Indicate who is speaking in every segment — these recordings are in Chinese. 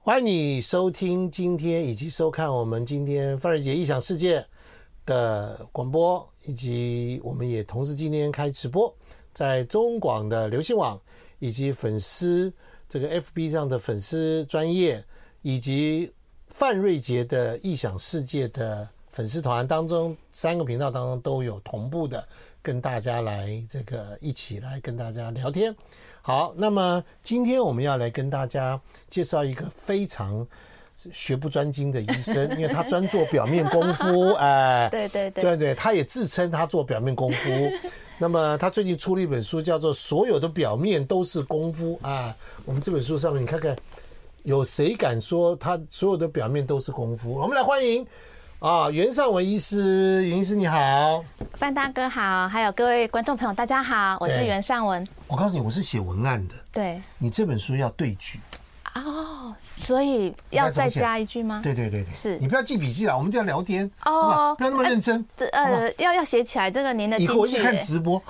Speaker 1: 欢迎你收听今天以及收看我们今天范儿姐异想世界的广播，以及我们也同时今天开直播，在中广的流行网以及粉丝这个 FB 上的粉丝专业，以及范瑞杰的异想世界的粉丝团当中，三个频道当中都有同步的跟大家来这个一起来跟大家聊天。好，那么今天我们要来跟大家介绍一个非常学不专精的医生，因为他专做表面功 夫，哎，
Speaker 2: 对对对
Speaker 1: 对对，他也自称他做表面功 夫。那么他最近出了一本书，叫做《所有的表面都是功夫》啊。我们这本书上面，你看看有谁敢说他所有的表面都是功夫？我们来欢迎啊，袁尚文医师，袁医师你好。
Speaker 2: 范大哥好，还有各位观众朋友，大家好，我是
Speaker 1: 对
Speaker 2: 袁尚文。
Speaker 1: 我告诉你，我是写文案的，
Speaker 2: 对，
Speaker 1: 你这本书要对句。
Speaker 2: 哦，所以要再加一句吗？
Speaker 1: 对对对对，
Speaker 2: 啊是
Speaker 1: 你不要记笔记啦，我们这样聊天
Speaker 2: 哦
Speaker 1: 好不好不要那么认真。
Speaker 2: 这呃，要要写起来，这个您的
Speaker 1: 以
Speaker 2: 金
Speaker 1: 后我去
Speaker 2: 句
Speaker 1: 看
Speaker 2: 耶
Speaker 1: 直 播，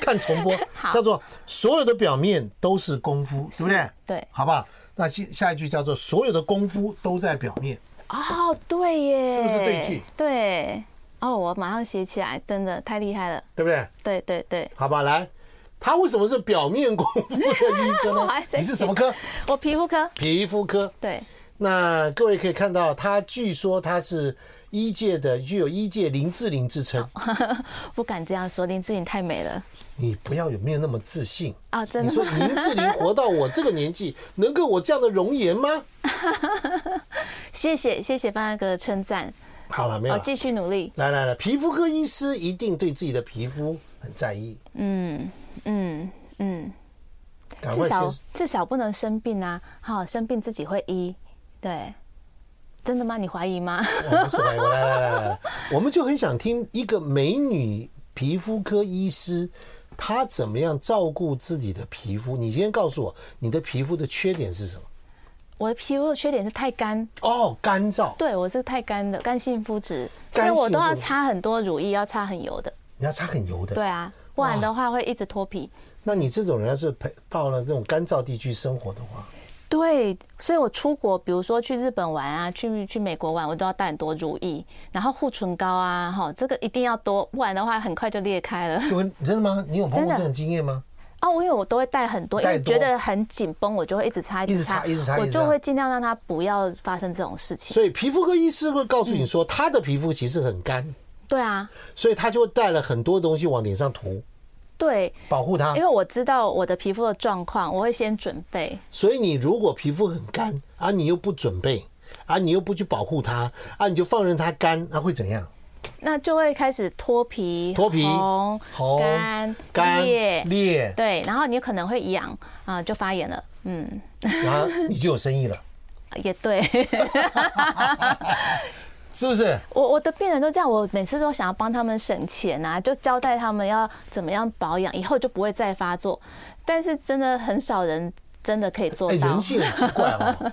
Speaker 1: 看重播，
Speaker 2: 好
Speaker 1: 叫做“所有的表面都是功夫”，对不对？
Speaker 2: 对
Speaker 1: 好不好？那下下一句叫做“所有的功夫都在表面
Speaker 2: 哦，对耶，
Speaker 1: 是不是对句？
Speaker 2: 对，哦，我马上写起来，真的太厉害了。”，
Speaker 1: 对不对？
Speaker 2: 对对对，
Speaker 1: 好吧，来，他为什么是表面功夫的医生
Speaker 2: 我
Speaker 1: 呢
Speaker 2: 还在？
Speaker 1: 你是什么科？
Speaker 2: 我皮肤科，
Speaker 1: 皮肤科。
Speaker 2: 对，
Speaker 1: 那各位可以看到，他据说他是医界的具有医界林志玲之称。
Speaker 2: 不敢这样说，林志颖太美了
Speaker 1: 你不要有没有那么自信
Speaker 2: 啊、真
Speaker 1: 你
Speaker 2: 的
Speaker 1: 说
Speaker 2: 吗？
Speaker 1: 林志玲活到我这个年纪，能够我这样的容颜吗？
Speaker 2: 谢谢谢谢范大哥的称赞，
Speaker 1: 好了，没有
Speaker 2: 我
Speaker 1: 了。
Speaker 2: 继续努力。
Speaker 1: 来来来，皮肤科医师一定对自己的皮肤很在意，
Speaker 2: 嗯嗯。
Speaker 1: 赶
Speaker 2: 至
Speaker 1: 快
Speaker 2: 少
Speaker 1: 先。
Speaker 2: 至少不能生病啊！好、生病自己会医。对，真的吗？你怀疑吗？
Speaker 1: 我不是来，我来来来来来，嗯我们就很想听一个美女皮肤科医师，她怎么样照顾自己的皮肤？你先告诉我，你的皮肤的缺点是什么？
Speaker 2: 我的皮肤的缺点是太干，
Speaker 1: 哦，干燥，
Speaker 2: 对我是太干的，干性肤质，所
Speaker 1: 干
Speaker 2: 以
Speaker 1: 性
Speaker 2: 我都要
Speaker 1: 肤质
Speaker 2: 擦很多乳液，要擦很油的。
Speaker 1: 你要擦很油的。
Speaker 2: 对，啊，不然的话会一直脱皮。
Speaker 1: 那你这种人要是陪到了这种干燥地区生活的话，
Speaker 2: 对，所以我出国，比如说去日本玩啊，去去美国玩，我都要带很多乳液，然后护唇膏啊，哈，这个一定要多，不然的话很快就裂开了。
Speaker 1: 就会真的吗？你有碰
Speaker 2: 真
Speaker 1: 过
Speaker 2: 的
Speaker 1: 这种经验吗？
Speaker 2: 哦，我因为我都会带很多，因
Speaker 1: 带
Speaker 2: 为
Speaker 1: 多
Speaker 2: 觉得很紧绷，我就会一直擦，
Speaker 1: 一直擦一直擦
Speaker 2: 我
Speaker 1: 一直擦
Speaker 2: 就会尽量让它不要发生这种事情。
Speaker 1: 所以皮肤科医师会告诉你
Speaker 2: 嗯
Speaker 1: 说，他的皮肤其实很干，
Speaker 2: 对啊，
Speaker 1: 所以他就带了很多东西往脸上涂，
Speaker 2: 对，
Speaker 1: 保护它
Speaker 2: 因。为我知道我的皮肤的状况，我会先准备。
Speaker 1: 所以你如果皮肤很干啊，你又不准备啊，你又不去保护它啊，你就放任它干，那、会怎样？
Speaker 2: 那就会开始脱皮、
Speaker 1: 脱皮
Speaker 2: 哎红、
Speaker 1: 红
Speaker 2: 干、
Speaker 1: 干
Speaker 2: 裂，
Speaker 1: 裂，
Speaker 2: 对，然后你可能会痒啊、就发炎了。嗯，
Speaker 1: 然后你就有生意 了，
Speaker 2: 也对，
Speaker 1: 是不是？
Speaker 2: 我我的病人都这样，我每次都想要帮他们省钱啊，就交代他们要怎么样保养，以后就不会再发作。但是真的很少人真的可以做
Speaker 1: 哎，
Speaker 2: 到
Speaker 1: 人。性很奇怪 哦。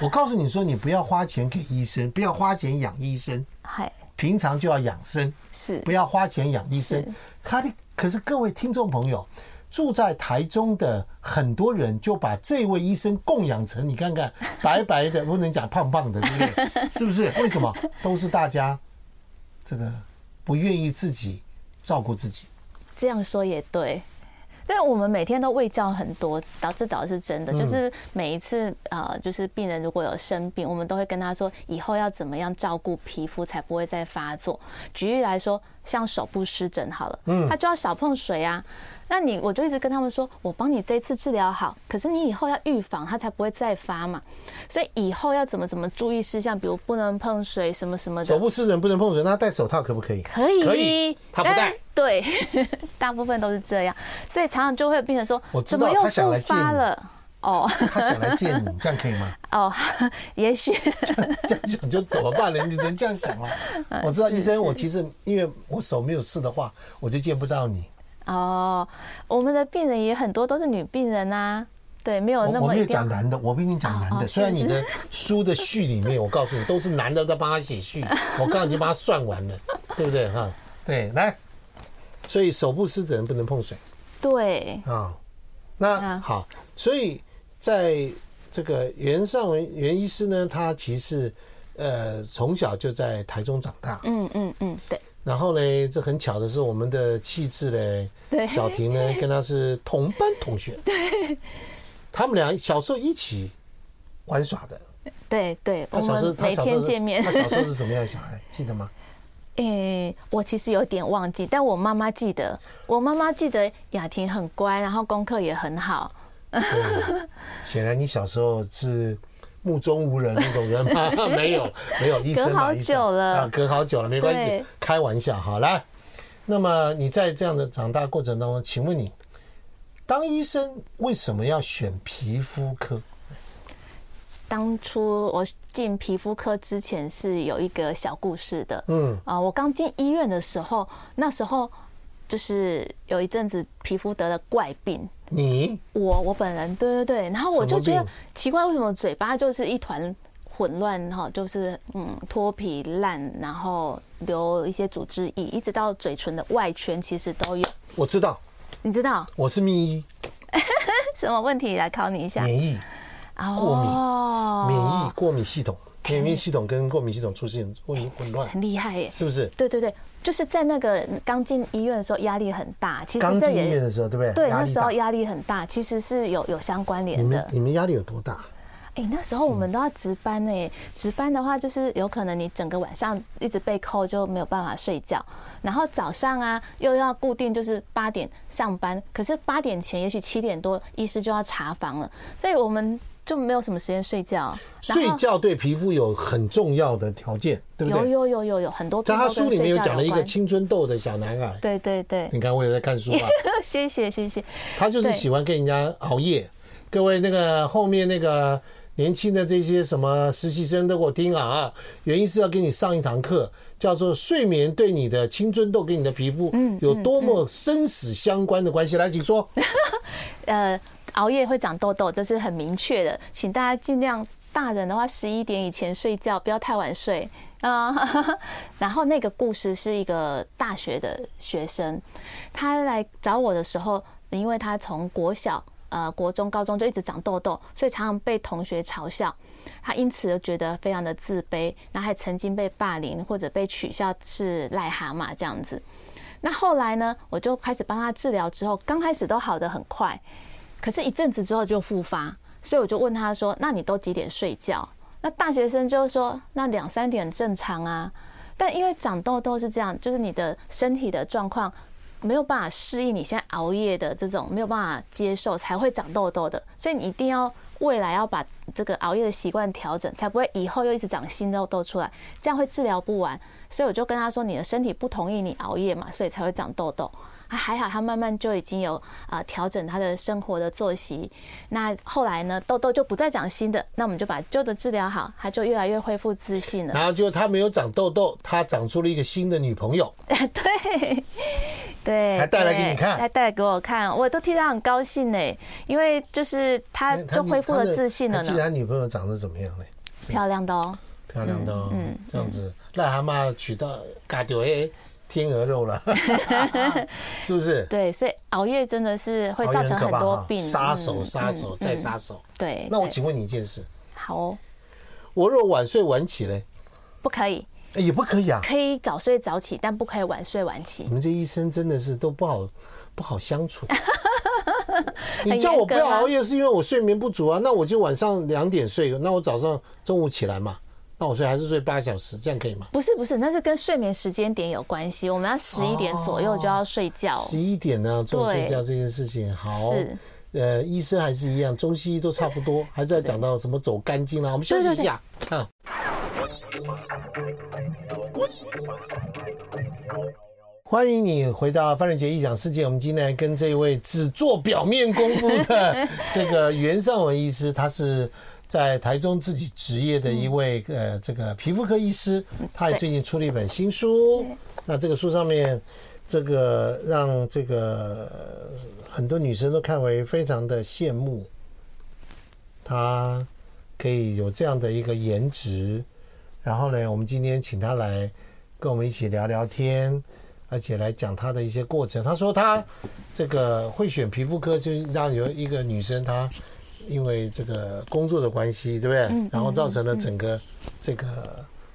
Speaker 1: 我告诉你说，你不要花钱给医生，不要花钱养医生，
Speaker 2: 嗨，
Speaker 1: 平常就要养生。
Speaker 2: 是
Speaker 1: 不要花钱养医生
Speaker 2: 是。
Speaker 1: 他的可是各位听众朋友，住在台中的很多人就把这位医生供养成你看看白白的，不能讲胖胖的，对不 对？是不是？为什么？都是大家这个不愿意自己照顾自己。
Speaker 2: 这样说也对。但我们每天都喂教很多，导致导是真的，就是每一次呃，就是病人如果有生病，我们都会跟他说以后要怎么样照顾皮肤才不会再发作。举例来说，像手部湿疹好了，他就要少碰水啊。那你我就一直跟他们说，我帮你这一次治疗好，可是你以后要预防，它才不会再发嘛。所以以后要怎么怎么注意事项，比如不能碰水什么什么的。
Speaker 1: 手部湿疹不能碰水，那他戴手套可不可以？
Speaker 2: 可以，哎
Speaker 1: 可以他不戴
Speaker 2: 但。对， 大部分都是这样，所以常常就会有病人说
Speaker 1: 我：“知
Speaker 2: 怎
Speaker 1: 道
Speaker 2: 么又
Speaker 1: 他想来
Speaker 2: 复
Speaker 1: 见
Speaker 2: 发
Speaker 1: 你
Speaker 2: 了？”哦
Speaker 1: 他想来见你，这样可以吗？
Speaker 2: 哦， 也许
Speaker 1: 这样想就怎么办呢？你只能这样想了。我知道医生，我其实因为我手没有事的话，我就见不到你。
Speaker 2: 哦，我们的病人也很多都是女病人啊，对，没有那
Speaker 1: 我我
Speaker 2: 么
Speaker 1: 没有
Speaker 2: 一定要
Speaker 1: 讲男的，我不一定讲男
Speaker 2: 哦
Speaker 1: 的。
Speaker 2: 哦
Speaker 1: 虽然
Speaker 2: 是
Speaker 1: 你
Speaker 2: 是
Speaker 1: 的书的序里面，我告诉你都是男的在帮他写 序，我刚刚已经帮他算完了，对不对哈？对，来，所以手部湿疹不能碰水
Speaker 2: 对
Speaker 1: 啊。那
Speaker 2: 啊
Speaker 1: 好，所以在这个袁尚文袁医师呢，他其实呃从小就在台中长大，
Speaker 2: 嗯嗯嗯，对
Speaker 1: 然后呢，这很巧的是，我们的气质嘞，
Speaker 2: 对
Speaker 1: 小婷呢 跟他是同班同学，对，他们俩小时候一起玩耍的。
Speaker 2: 对对，
Speaker 1: 他
Speaker 2: 我
Speaker 1: 小时候，
Speaker 2: 们
Speaker 1: 他
Speaker 2: 每
Speaker 1: 小时候
Speaker 2: 天
Speaker 1: 是
Speaker 2: 见面
Speaker 1: 他。小时候是什么样的小孩？记得吗？
Speaker 2: 诶、我其实有点忘记，但我妈妈记得，我妈妈记得雅婷很乖，然后功课也很好。
Speaker 1: 显然你小时候是目中无人那种人 吗？没有，没有，医生
Speaker 2: 隔
Speaker 1: 嘛
Speaker 2: 好
Speaker 1: 医生
Speaker 2: 久了
Speaker 1: 啊，隔好久了，没关系
Speaker 2: 对，
Speaker 1: 开玩笑，好来。那么你在这样的长大过程当中，请问你当医生为什么要选皮肤科？
Speaker 2: 当初我进皮肤科之前是有一个小故事的，
Speaker 1: 嗯，
Speaker 2: 啊、我刚进医院的时候，那时候就是有一阵子皮肤得了怪病，
Speaker 1: 你
Speaker 2: 我我本人对对对，然后我
Speaker 1: 什
Speaker 2: 就
Speaker 1: 么
Speaker 2: 觉得
Speaker 1: 病
Speaker 2: 奇怪，为什么嘴巴就是一团混乱哈，就是嗯脱皮烂，然后留一些组织液，一直到嘴唇的外圈其实都有，
Speaker 1: 我知道，
Speaker 2: 你知道
Speaker 1: 我是秘医，
Speaker 2: 什么问题来考你一下？
Speaker 1: 免疫过敏
Speaker 2: 哦
Speaker 1: 免疫过敏系统，免疫系统跟过敏系统出现混混 乱，
Speaker 2: 很厉害耶，
Speaker 1: 是不是？
Speaker 2: 对对对，就是在那个刚进医院的时候压力很大，其实
Speaker 1: 刚
Speaker 2: 这
Speaker 1: 进医院
Speaker 2: 也
Speaker 1: 的时候，对不对？
Speaker 2: 对
Speaker 1: 压力
Speaker 2: 那时候
Speaker 1: 大
Speaker 2: 压力很大，其实是有有相关
Speaker 1: 你
Speaker 2: 联的
Speaker 1: 们。你们压力有多大？
Speaker 2: 哎、那时候我们都要值班呢、值班的话就是有可能你整个晚上一直被扣，就没有办法睡觉。然后早上啊又要固定就是八点上班，可是八点前也许七点多医师就要查房了，所以我们就没有什么时间睡觉。啊然
Speaker 1: 睡
Speaker 2: 后
Speaker 1: 觉对皮肤有很重要的条件，对不
Speaker 2: 有
Speaker 1: 对？
Speaker 2: 有有有有很多
Speaker 1: 在
Speaker 2: 病
Speaker 1: 他
Speaker 2: 都跟
Speaker 1: 书里面有
Speaker 2: 睡觉
Speaker 1: 讲了一个
Speaker 2: 关
Speaker 1: 青春痘的小男孩，
Speaker 2: 对对对，
Speaker 1: 你看我有在看书吧？
Speaker 2: 谢谢谢谢。
Speaker 1: 他就是
Speaker 2: 对
Speaker 1: 喜欢跟人家熬夜。各位那个后面那个年轻的这些什么实习生都给我听啊，原因是要给你上一堂课，叫做睡眠对你的青春痘跟你的皮肤
Speaker 2: 嗯
Speaker 1: 有多么生死相关的关系。来，请 说，
Speaker 2: 呃，熬夜会长痘痘，这是很明确的，请大家尽量大人的话十一点以前睡觉，不要太晚睡啊。 然后那个故事是一个大学的学生，他来找我的时候，因为他从国小。呃，国中、高中就一直长痘痘，所以常常被同学嘲笑。他因此就觉得非常的自卑，然后还曾经被霸凌或者被取笑是癞蛤蟆这样子。那后来呢，我就开始帮他治疗，之后刚开始都好的很快，可是一阵子之后就复发，所以我就问他说：“那你都几点睡觉？”那大学生就说：“那两三点正常啊。”但因为长痘痘是这样，就是你的身体的状况没有办法适应你现在熬夜的这种没有办法接受，才会长痘痘的。所以你一定要未来要把这个熬夜的习惯调整，才不会以后又一直长新痘痘出来，这样会治疗不完。所以我就跟他说，你的身体不同意你熬夜嘛，所以才会长痘痘。啊，还好他慢慢就已经有啊调整他的生活的作息。那后来呢，痘痘就不再长新的，那我们就把旧的治疗好，他就越来越恢复自信了。
Speaker 1: 然后就他没有长痘痘，他长出了一个新的女朋友。
Speaker 2: 对，对，
Speaker 1: 还带来给你看
Speaker 2: 对还带来给我看，我都替他很高兴呢，因为就是
Speaker 1: 哎
Speaker 2: 他就恢复了自信了
Speaker 1: 既
Speaker 2: 呢，
Speaker 1: 然女朋友长得怎么样嘞？
Speaker 2: 漂亮的哦。
Speaker 1: 漂亮的哦，
Speaker 2: 嗯
Speaker 1: 这样子癞蛤蟆娶到嘎丢哎，天鹅肉 了， 是不是？
Speaker 2: 对，所以熬夜真的是会造成很多病，
Speaker 1: 哦也很可怕哈杀
Speaker 2: 嗯
Speaker 1: 手，杀手再杀手。
Speaker 2: 对，
Speaker 1: 那我
Speaker 2: 对
Speaker 1: 请问你一件事，
Speaker 2: 好哦，
Speaker 1: 我若晚睡晚起嘞，
Speaker 2: 不可以，
Speaker 1: 哎也不可以啊。
Speaker 2: 可以早睡早起，但不可以晚睡晚起
Speaker 1: 你。们这医生真的是都不好不好相 处。你
Speaker 2: 很
Speaker 1: 叫
Speaker 2: 严
Speaker 1: 我不
Speaker 2: 格
Speaker 1: 要
Speaker 2: 吗
Speaker 1: 熬夜，是因为我睡眠不足啊。那我就晚上两点睡，那我早上中午起来嘛，那我睡还是睡八小时，这样可以吗？
Speaker 2: 不是不是，那是跟睡眠时间点有关系。我们要十一点左右就要睡觉。
Speaker 1: 十一点呢、做
Speaker 2: 哦对
Speaker 1: 睡觉这件事情，好
Speaker 2: 是，
Speaker 1: 呃，医生还是一样，中西医都差不多，还在讲到什么走肝经啦、我们休息一下啊。欢迎你回到范仁杰异想世界。我们今天来跟这位只做表面功夫的这个袁尚文医师，他是在台中自己执业的一位、呃这个皮肤科医师，他也
Speaker 2: 对
Speaker 1: 最近出了一本新书。那这个书上面，这个让这个呃很多女生都看为非常的羡慕，他可以有这样的一个颜值。然后呢，我们今天请他来跟我们一起聊聊天，而且来讲他的一些过程。他说他这个会选皮肤科，就是让有一个女生她因为这个工作的关系，对不对？然后造成了整个这个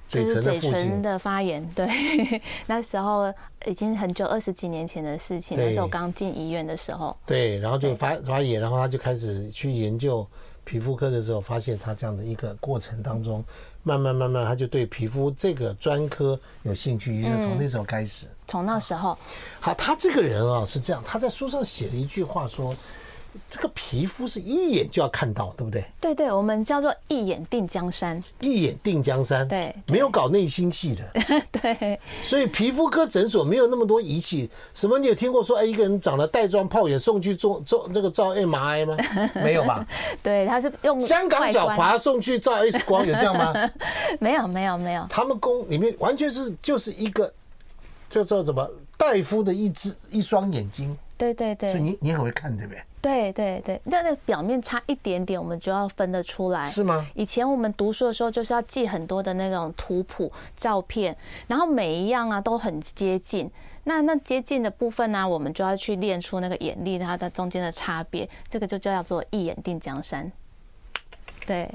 Speaker 1: 嘴
Speaker 2: 嗯就是
Speaker 1: 唇的
Speaker 2: 嘴
Speaker 1: 附
Speaker 2: 唇
Speaker 1: 近。
Speaker 2: 的发炎，对， 那时候已经很久，二十几年前的事情，
Speaker 1: 对
Speaker 2: 那时候刚进医院的时候，
Speaker 1: 对，然后就
Speaker 2: 对
Speaker 1: 发发炎，然后他就开始去研究皮肤科的时候，发现他这样的一个过程当中，慢慢慢慢，他就对皮肤这个专科有兴趣，于是
Speaker 2: 嗯
Speaker 1: 从那时候开始。
Speaker 2: 从那时候，
Speaker 1: 好，他这个人啊是这样，他在书上写了一句话说，这个皮肤是一眼就要看到，对不对？
Speaker 2: 对对，我们叫做一眼定 江山，
Speaker 1: 一眼定江山，
Speaker 2: 对
Speaker 1: 没有搞内心戏的，
Speaker 2: 对，
Speaker 1: 所以皮肤科诊所没有那么多仪器。什么？你有听过说，哎，一个人长了带状疱疹送去做做那个照 MRI 吗？没有吧？
Speaker 2: 对，他是用
Speaker 1: 香港
Speaker 2: 外
Speaker 1: 脚
Speaker 2: 观，
Speaker 1: 滑送去照 X 光有这样吗？
Speaker 2: 没有没有没有，
Speaker 1: 他们宫里面完全是就是一个，这叫什么大夫的一只一双眼睛，
Speaker 2: 对对
Speaker 1: 所以
Speaker 2: 对
Speaker 1: 你你很会看，对不对？
Speaker 2: 对对对，但那表面差一点点，我们就要分得出来，
Speaker 1: 是吗？
Speaker 2: 以前我们读书的时候，就是要记很多的那种图谱、照片，然后每一样啊都很接近。那那接近的部分呢、我们就要去练出那个眼力，它的中间的差别，这个就叫做一眼定江山。对，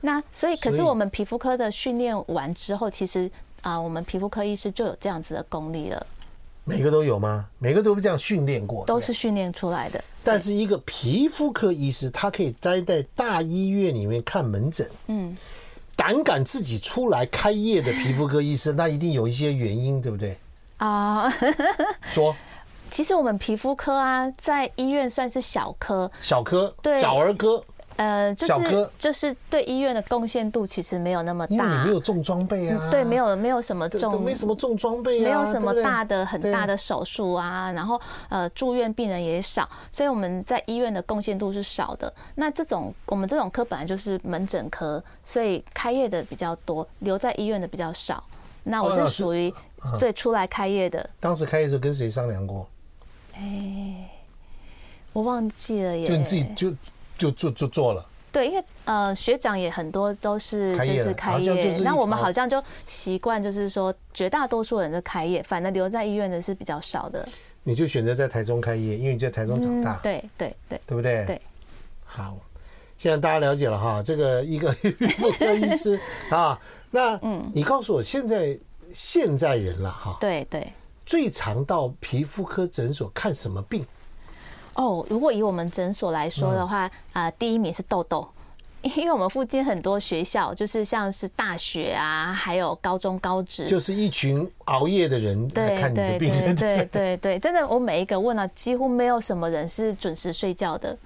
Speaker 2: 那所以可是
Speaker 1: 所以
Speaker 2: 我们皮肤科的训练完之后，其实啊、我们皮肤科医师就有这样子的功力了，
Speaker 1: 每个都有吗？每个都是这样训练过，
Speaker 2: 都
Speaker 1: 对不对。
Speaker 2: 是训练出来的。
Speaker 1: 但是一个皮肤科医师，他可以待在大医院里面看门诊，嗯，胆敢自己出来开业的皮肤科医生，那一定有一些原因，对不对？
Speaker 2: 啊、
Speaker 1: 说
Speaker 2: 其实我们皮肤科啊，在医院算是小科，
Speaker 1: 小科、
Speaker 2: 对
Speaker 1: 小儿科，
Speaker 2: 呃，就
Speaker 1: 小哥
Speaker 2: 是就是对医院的贡献度其实没有那么
Speaker 1: 因为你
Speaker 2: 大
Speaker 1: 没，有重装备啊，
Speaker 2: 嗯对，没有没有什么
Speaker 1: 对，都
Speaker 2: 重，
Speaker 1: 没什么重装备啊，
Speaker 2: 没有什么
Speaker 1: 对不对
Speaker 2: 大的很
Speaker 1: 对
Speaker 2: 大的手术啊，然后呃住院病人也少，所以我们在医院的贡献度是少的。那这种我们这种科本来就是门诊科，所以开业的比较多，留在医院的比较少。那我
Speaker 1: 哦
Speaker 2: 是
Speaker 1: 是
Speaker 2: 属于对出来开业的，
Speaker 1: 当时开业的时候跟谁商量过？
Speaker 2: 我忘记了耶。
Speaker 1: 就你自己就就就就做了，
Speaker 2: 对，因为呃，学长也很多都是
Speaker 1: 开
Speaker 2: 就
Speaker 1: 业了
Speaker 2: 是开
Speaker 1: 好像就
Speaker 2: 业
Speaker 1: 是，一
Speaker 2: 那我们
Speaker 1: 条
Speaker 2: 好像就习惯，就是说绝大多数人都开业，反正留在医院的是比较少的。嗯
Speaker 1: 你就选择在台中开业，因为你在台中长大，
Speaker 2: 对对对
Speaker 1: 对不对？
Speaker 2: 对。
Speaker 1: 好，现在大家了解了哈，这个一个妇科医师 啊，那你告诉我，现在现在人了哈，
Speaker 2: 嗯对对。
Speaker 1: 最常到皮肤科诊所看什么病？
Speaker 2: 嗯哦，如果以我们诊所来说的话，啊、
Speaker 1: 嗯
Speaker 2: 第一名是痘痘。 因为我们附近很多学校，就是像是大学啊，还有高中、高职，
Speaker 1: 就是一群熬夜的人来
Speaker 2: 对
Speaker 1: 看你的
Speaker 2: 对
Speaker 1: 病
Speaker 2: 对对对对，真的，我每一个问了、啊几乎没有什么人是准时睡觉的。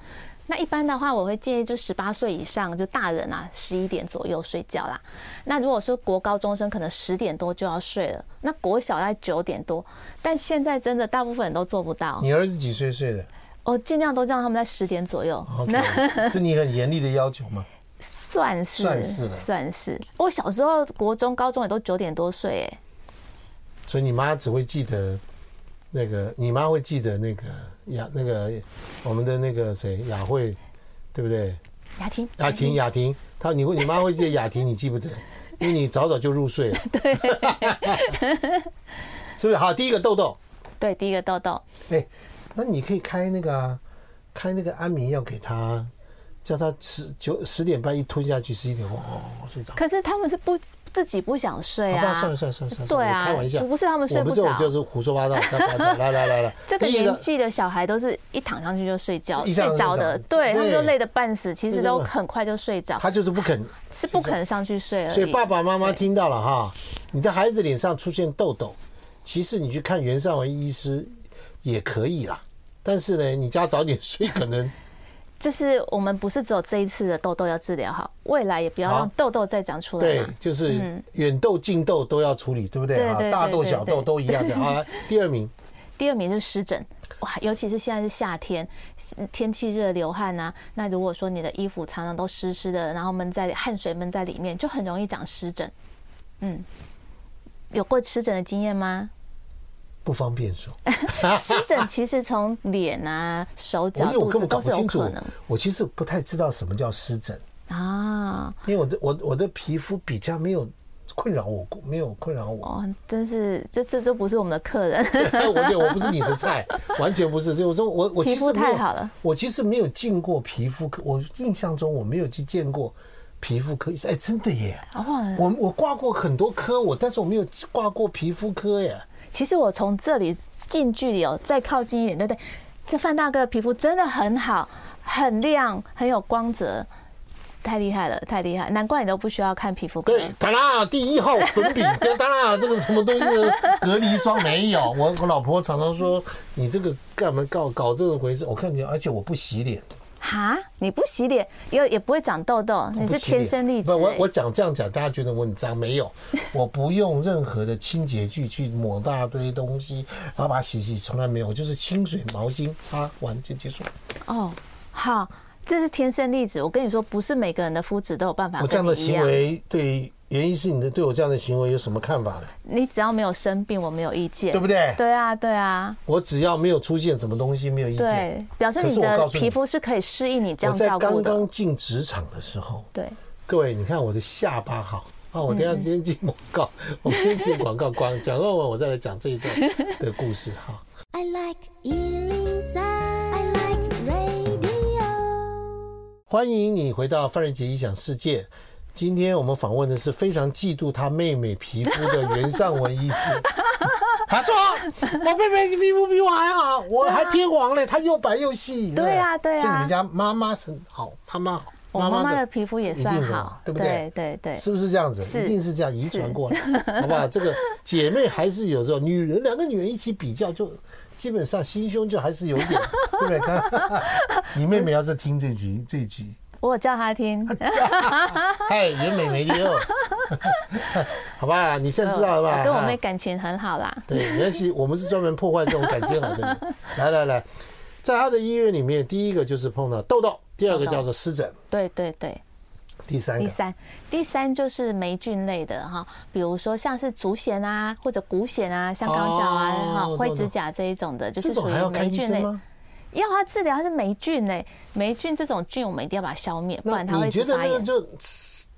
Speaker 2: 那一般的话，我会建议就十八岁以上，就大人啊，十一点左右睡觉啦。那如果是国高中生，可能十点多就要睡了。那国小在九点多，但现在真的大部分人都做不到。
Speaker 1: 你儿子几岁睡的
Speaker 2: 我尽量都让他们在十点左右。那
Speaker 1: 哦 ？OK，是你很严厉的要求吗？
Speaker 2: 算是
Speaker 1: 算是了
Speaker 2: 算是我小时候国中、高中也都九点多睡、欸，
Speaker 1: 所以你妈只会记得那个，你妈会记得那个雅那个我们的那个谁雅慧，对不对？
Speaker 2: 雅婷，
Speaker 1: 雅婷，雅婷，她你会你妈会记得雅婷，你记不 得，因为你早早就入睡了。对， 是不是？好，第一个痘痘，
Speaker 2: 对，第一个豆豆，
Speaker 1: 哎，那你可以开那个、啊、开那个安眠药给她，叫她十九十点半一吞下去，十一点哦哦睡着。
Speaker 2: 可是他们是不自己不想睡
Speaker 1: 好
Speaker 2: 啊，
Speaker 1: 吧，算了算了算了算了，
Speaker 2: 对啊
Speaker 1: 开玩笑，
Speaker 2: 不是他们睡
Speaker 1: 我们
Speaker 2: 不
Speaker 1: 这种
Speaker 2: 着
Speaker 1: 就是胡说八道。来来来来，
Speaker 2: 这个
Speaker 1: 第一
Speaker 2: 年纪的小孩都是一躺上去就睡觉，
Speaker 1: 一
Speaker 2: 睡
Speaker 1: 上就
Speaker 2: 着
Speaker 1: 睡
Speaker 2: 的，
Speaker 1: 着
Speaker 2: 对
Speaker 1: 对
Speaker 2: 他们都累得半死，其实
Speaker 1: 对对
Speaker 2: 都
Speaker 1: 对
Speaker 2: 很快就睡着，
Speaker 1: 他就是不 肯，
Speaker 2: 是不肯上去睡而
Speaker 1: 所以
Speaker 2: 已。
Speaker 1: 爸爸妈妈听到了哈，你的孩子脸上出现痘痘，其实你去看袁尚文医师也可以啦。但是呢，你家早点睡，可 能
Speaker 2: 就是我们不是只有这一次的痘痘要治疗好，未来也不要
Speaker 1: 好
Speaker 2: 让痘痘再长出来
Speaker 1: 对
Speaker 2: 嘛。，
Speaker 1: 就是远痘近痘都要处理，对不对啊？
Speaker 2: 啊嗯对对对
Speaker 1: 大痘小痘
Speaker 2: 对对
Speaker 1: 都一样 的啊。第二名，
Speaker 2: 第二名是湿疹，哇，尤其是现在是夏天，天气热流汗啊，那如果说你的衣服常常都湿湿的，然后闷在汗水闷在里面，就很容易长湿疹。嗯，有过湿疹的经验吗？
Speaker 1: 不方便 说，
Speaker 2: 湿疹其实从脸啊、手
Speaker 1: 因
Speaker 2: 脚、
Speaker 1: 为我
Speaker 2: 肚
Speaker 1: 根本
Speaker 2: 子
Speaker 1: 搞不
Speaker 2: 都是有
Speaker 1: 清楚
Speaker 2: 可能，
Speaker 1: 我其实不太知道什么叫湿疹，
Speaker 2: 啊。
Speaker 1: 因为我的我我的皮肤比较没有困扰我，没有困扰我。
Speaker 2: 哦，真是这这就不是我们的客人，
Speaker 1: 我对我不是你的菜，完全不是。所以我说我我
Speaker 2: 皮
Speaker 1: 其
Speaker 2: 肤
Speaker 1: 实没
Speaker 2: 太
Speaker 1: 有，
Speaker 2: 好了。
Speaker 1: 我其实没有进过皮肤科，我印象中我没有去见过皮肤科医生。哎，真的耶！
Speaker 2: 哇，
Speaker 1: 我我挂过很多科，我但是我没有挂过皮肤科耶。
Speaker 2: 其实我从这里近距离哦，再靠近一点，对不对？这范大哥的皮肤真的很好，很亮，很有光泽，太厉害了，太厉害！难怪你都不需要看皮肤科。
Speaker 1: 对，当然第一号粉饼跟当然这个什么东西隔离霜没有。我我老婆常常说你这个干嘛搞搞这个回事？我看你，而且我不洗脸，
Speaker 2: 哈，你不洗脸也也不会长痘痘，你
Speaker 1: 不
Speaker 2: 是
Speaker 1: 洗脸
Speaker 2: 天生丽质
Speaker 1: 不，我
Speaker 2: 欸。
Speaker 1: 我讲这样讲，大家觉得我很脏，没有，我不用任何的清洁剂去抹大堆东西，然后把它洗洗，从来没有，我就是清水毛巾擦完就结束。
Speaker 2: 哦，好，这是天生丽质。我跟你说，不是每个人的肤质都有办法
Speaker 1: 我这
Speaker 2: 跟
Speaker 1: 样
Speaker 2: 你
Speaker 1: 的
Speaker 2: 一
Speaker 1: 行
Speaker 2: 样。
Speaker 1: 为对袁医师，你的对我这样的行为有什么看法呢？
Speaker 2: 你只要没有生病，我没有意见，
Speaker 1: 对不对？
Speaker 2: 对啊，对啊，
Speaker 1: 我只要没有出现什么东西，没有意见。
Speaker 2: 对，表示
Speaker 1: 可
Speaker 2: 你
Speaker 1: 是我告
Speaker 2: 的
Speaker 1: 诉你
Speaker 2: 皮肤是可以适应你这
Speaker 1: 我
Speaker 2: 样
Speaker 1: 在
Speaker 2: 照顾
Speaker 1: 刚
Speaker 2: 的。
Speaker 1: 刚进职场的时候，
Speaker 2: 对，
Speaker 1: 各位，你看我的下巴好啊！我等一下
Speaker 2: 嗯
Speaker 1: 今天进广告，我们先进广告光讲完我再来讲这一段的故事哈。
Speaker 3: I like Ealing Sound. I like radio.
Speaker 1: 欢迎你回到范瑞杰异想世界。今天我们访问的是非常嫉妒他妹妹皮肤的袁尚文 医师。他说：“我妹妹皮肤比我还好，我还偏黄嘞，她又白又细。”
Speaker 2: 对啊对啊
Speaker 1: 所以你们家妈妈是好，妈妈好，
Speaker 2: 我妈妈的皮肤也
Speaker 1: 一
Speaker 2: 算
Speaker 1: 定的
Speaker 2: 好，
Speaker 1: 对不对
Speaker 2: 对？对对
Speaker 1: 是不是这样子？
Speaker 2: 是
Speaker 1: 一定是这样遗传过 来，好不好？这个姐妹还是有时候，女人两个女人一起比较，就基本上心胸就还是有点，对不对？看 你妹妹要是听这集，这集，
Speaker 2: 我有叫 她听，
Speaker 1: 嗨，袁美美 六，好吧，你现在知道了吧？
Speaker 2: 嗯我跟我
Speaker 1: 啊
Speaker 2: 妹感情很好啦。
Speaker 1: 对，没关系，我们是专门破坏这种感情好的人。 来来来，在他的医院里面，第一个就是碰到痘痘，第二个
Speaker 2: 痘痘
Speaker 1: 叫做湿疹，
Speaker 2: 对对对，
Speaker 1: 第三
Speaker 2: 第
Speaker 1: 个
Speaker 2: 三，第三就是霉菌类的哈，比如说像是足癣啊，或者骨癣啊，像刚角啊，
Speaker 1: 哦
Speaker 2: 哈、
Speaker 1: 懂
Speaker 2: 灰
Speaker 1: 懂
Speaker 2: 指甲这一种的，就是
Speaker 1: 这种
Speaker 2: 属
Speaker 1: 还
Speaker 2: 于
Speaker 1: 要看
Speaker 2: 霉
Speaker 1: 医
Speaker 2: 菌
Speaker 1: 生
Speaker 2: 类。
Speaker 1: 吗？
Speaker 2: 要它治疗它是霉菌类，霉菌这种菌我们一定要把它消灭，不
Speaker 1: 那
Speaker 2: 然它会
Speaker 1: 你
Speaker 2: 一直
Speaker 1: 觉得
Speaker 2: 发
Speaker 1: 那个
Speaker 2: 炎。
Speaker 1: 就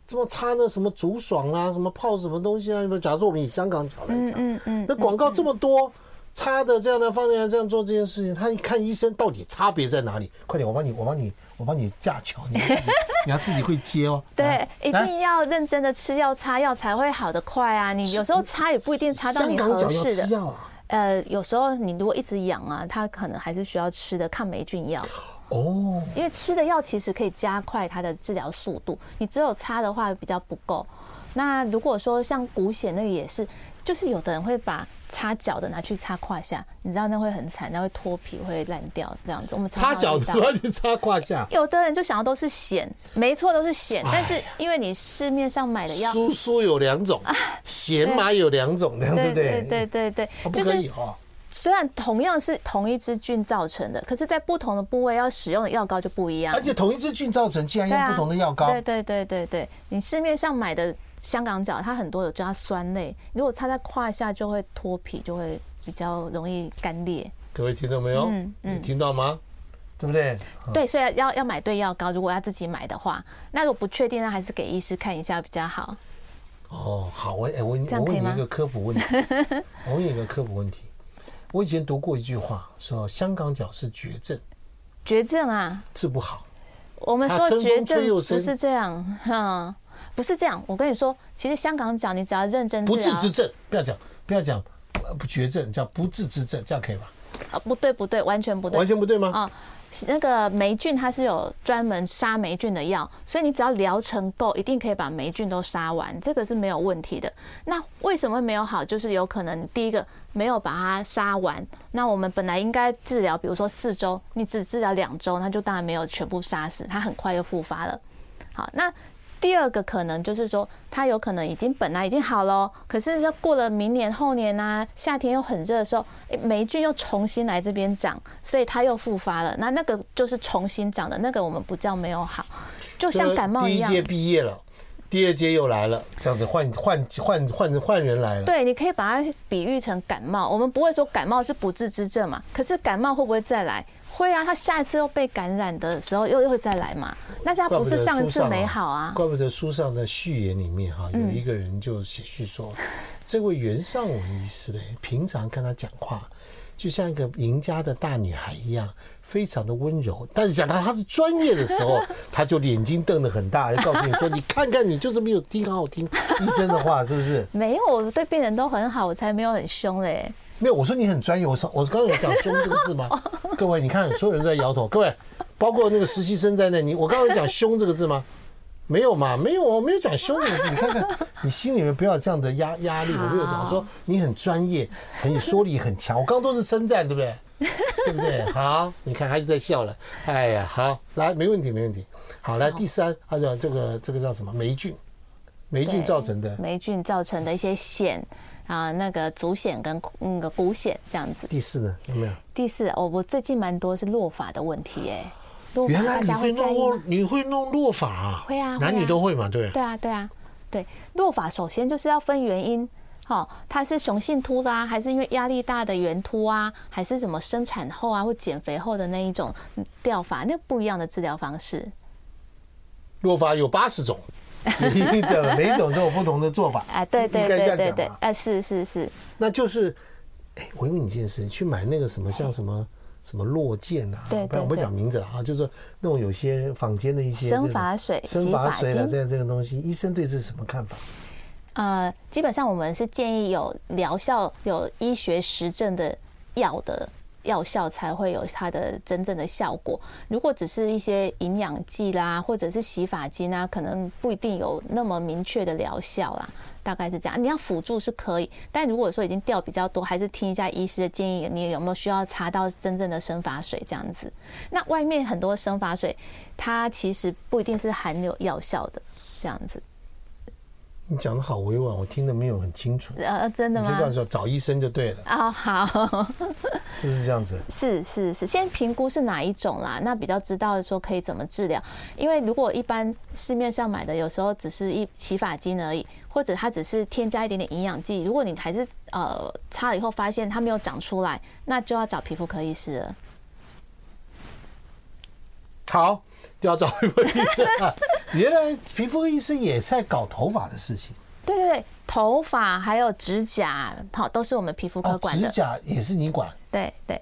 Speaker 1: 这么擦那什么竹爽啦、什么泡什么东西啊？你们假如说我们以香港角来讲，
Speaker 2: 嗯嗯，
Speaker 1: 那广告这么多，擦的这样的放在这样做这件事情，他一看医生到底差别在哪里？快点，我帮你，我帮你，我帮你架桥，你要自己你要自己会接哦。
Speaker 2: 对
Speaker 1: 来，
Speaker 2: 一
Speaker 1: 来
Speaker 2: 定要认真的吃药擦药才会好得快啊！你有时候擦也不一定擦到
Speaker 1: 香
Speaker 2: 你
Speaker 1: 港
Speaker 2: 合
Speaker 1: 脚要
Speaker 2: 适的
Speaker 1: 吃。药啊。
Speaker 2: 呃，有时候你如果一直痒啊，它可能还是需要吃的抗霉菌药，
Speaker 1: 哦，
Speaker 2: 因为吃的药其实可以加快它的治疗速度。你只有擦的话比较不够。那如果说像骨癣那个也是，就是有的人会把擦脚的拿去擦胯下，你知道那会很惨，那会脱皮会烂掉这样子。我们常常
Speaker 1: 擦脚
Speaker 2: 遇
Speaker 1: 的
Speaker 2: 到
Speaker 1: 话就擦胯下。
Speaker 2: 有的人就想要都是咸，没错都是咸，
Speaker 1: 哎呀
Speaker 2: 但是因为你市面上买的药，
Speaker 1: 苏苏有两种，咸麻有两种，这样啊对
Speaker 2: 对
Speaker 1: 不对？
Speaker 2: 对对对对，
Speaker 1: 哦不
Speaker 2: 就
Speaker 1: 可
Speaker 2: 是
Speaker 1: 以哦。
Speaker 2: 虽然同样是同一支菌造成的，可是在不同的部位要使用的药膏就不一样
Speaker 1: 而。且同一支菌造成，竟然
Speaker 2: 对
Speaker 1: 用
Speaker 2: 啊
Speaker 1: 不同的药膏，
Speaker 2: 对对对对对，你市面上买的香港脚，它很多有加酸类，如果擦在胯下就会脱皮，就会比较容易干裂。
Speaker 1: 各位听到没有？
Speaker 2: 嗯嗯
Speaker 1: 你听到吗？对不对？
Speaker 2: 对，所以要要买对药膏，如果要自己买的话，那如果不确定，那还是给医师看一下比较好。
Speaker 1: 哦，好，我哎，我
Speaker 2: 这
Speaker 1: 我
Speaker 2: 样可
Speaker 1: 问
Speaker 2: 以
Speaker 1: 你
Speaker 2: 吗
Speaker 1: 一个科普问题， 我问你一个科普问题。我以前读过一句话，说香港脚是绝症，
Speaker 2: 绝症啊，
Speaker 1: 治不好。
Speaker 2: 我们
Speaker 1: 啊
Speaker 2: 说
Speaker 1: 春风
Speaker 2: 绝
Speaker 1: 吹
Speaker 2: 症
Speaker 1: 又
Speaker 2: 不
Speaker 1: 生
Speaker 2: 是这样，哈、不是这样。我跟你说，其实香港脚你只要认真啊
Speaker 1: 不
Speaker 2: 治
Speaker 1: 治
Speaker 2: 疗，
Speaker 1: 之症，不要讲，不要讲呃不绝症，叫不治之症，这样可以吧？
Speaker 2: 啊，不对不对，完全不对
Speaker 1: 完全不对吗？
Speaker 2: 啊、那个霉菌它是有专门杀霉菌的药，所以你只要疗程够，一定可以把霉菌都杀完，这个是没有问题的。那为什么没有好？就是有可能你第一个没有把它杀完，那我们本来应该治疗，比如说四周，你只治疗两周，那就当然没有全部杀死，它很快又复发了。好，那第二个可能就是说，它有可能已经本来已经好了哦，可是要过了明年、后年啊，夏天又很热的时候，诶霉菌又重新来这边长，所以它又复发了。那那个就是重新长的那个，我们不叫没有好，就像感冒
Speaker 1: 第
Speaker 2: 一
Speaker 1: 一
Speaker 2: 样。
Speaker 1: 届毕业了，第二届又来了，这样子换换换换换人来了。
Speaker 2: 对，你可以把它比喻成感冒，我们不会说感冒是不治之症嘛，可是感冒会不会再来？会啊，他下一次又被感染的时候又又会再来嘛。但是他
Speaker 1: 怪
Speaker 2: 不
Speaker 1: 不得
Speaker 2: 是上一
Speaker 1: 书
Speaker 2: 次
Speaker 1: 上
Speaker 2: 没好啊，嗯
Speaker 1: 怪不得书上的序言里面哈，有一个人就写序 说，这位袁尚文医师嘞，平常跟他讲话，就像一个邻家的大女孩一样，非常的温柔。但是讲到他是专业的时 候，他就眼睛瞪得很大，要告诉你说，你看看你就是没有听好听医生的话，是不是？
Speaker 2: 没有，我对病人都很好，我才没有很凶嘞。
Speaker 1: 没有，我说你很专业。我上我刚刚有讲“凶”这个字吗？各位，你看，所有人都在摇头。各位，包括那个实习生在内，你我刚刚有讲“凶”这个字吗？没有嘛，没有哦，我没有讲“凶”这个字。你看看， 你心里面不要有这样的压压力。我没有讲说你很专业，很有说理很强。我刚刚都是称赞，对不对？对不对？好，你看他就在笑了。哎呀，好，来，没问题，没问题。好，来第三，他讲这个这个叫什么？霉菌，霉菌
Speaker 2: 对
Speaker 1: 造成的。
Speaker 2: 霉菌造成的一些癣啊，那个足癣跟那个骨癣这样子。
Speaker 1: 第四呢？有没有？
Speaker 2: 第四，哦，我最近蛮多是落发的问题哎、落发
Speaker 1: 原来
Speaker 2: 大
Speaker 1: 你
Speaker 2: 家
Speaker 1: 会
Speaker 2: 会在
Speaker 1: 弄
Speaker 2: 意
Speaker 1: 落
Speaker 2: 吗？，
Speaker 1: 你会弄落法、啊？
Speaker 2: 会啊
Speaker 1: 男
Speaker 2: 会
Speaker 1: 女
Speaker 2: 啊
Speaker 1: 都会嘛，对不对。
Speaker 2: 对啊，对啊，对，落发首先就是要分原因。哦，它是雄性秃啦、还是因为压力大的圆秃啊，还是什么生产后啊或减肥后的那一种掉发，那不一样的治疗方式。
Speaker 1: 落法有八十 种，你讲了每一种都有不同的做法
Speaker 2: 哎，对对
Speaker 1: 应该这
Speaker 2: 对
Speaker 1: 样
Speaker 2: 对
Speaker 1: 讲
Speaker 2: 对
Speaker 1: 吧，
Speaker 2: 哎，是是是，
Speaker 1: 那就是，哎，我问你一件事，去买那个什么像什么什么落剑啊，
Speaker 2: 对对
Speaker 1: 不然我不
Speaker 2: 对
Speaker 1: 讲名字了啊，就是那种有些坊间的一些
Speaker 2: 生
Speaker 1: 这种
Speaker 2: 发水
Speaker 1: 生
Speaker 2: 洗
Speaker 1: 发
Speaker 2: 发
Speaker 1: 水啊，
Speaker 2: 精
Speaker 1: 这样这个东西，医生对这是什么看法？
Speaker 2: 呃，基本上我们是建议有疗效、有医学实证的药的药效才会有它的真正的效果。如果只是一些营养剂啦，或者是洗发精啊，可能不一定有那么明确的疗效啦。大概是这样，你要辅助是可以，但如果说已经掉比较多，还是听一下医师的建议，你有没有需要擦到真正的生发水这样子？那外面很多生发水，它其实不一定是含有药效的，这样子。
Speaker 1: 你讲的好委婉，我听得没有很清楚，
Speaker 2: 呃，真的
Speaker 1: 你就
Speaker 2: 吗？
Speaker 1: 告诉我找医生就对了，
Speaker 2: 哦，好，
Speaker 1: 是不是这样子？
Speaker 2: 是是是，先评估是哪一种啦，那比较知道说可以怎么治疗。因为如果一般市面上买的，有时候只是一洗发精而已，或者它只是添加一点点营养剂，如果你还是呃擦了以后发现它没有长出来，那就要找皮肤科医师了。
Speaker 1: 好，就要找皮肤医生啊。原来皮肤医生也在搞头发的事情。
Speaker 2: 对对对，头发还有指甲，好，都是我们皮肤科
Speaker 1: 哦，
Speaker 2: 呃管
Speaker 1: 指
Speaker 2: 的。
Speaker 1: 甲也是你管，
Speaker 2: 对对，
Speaker 1: 哦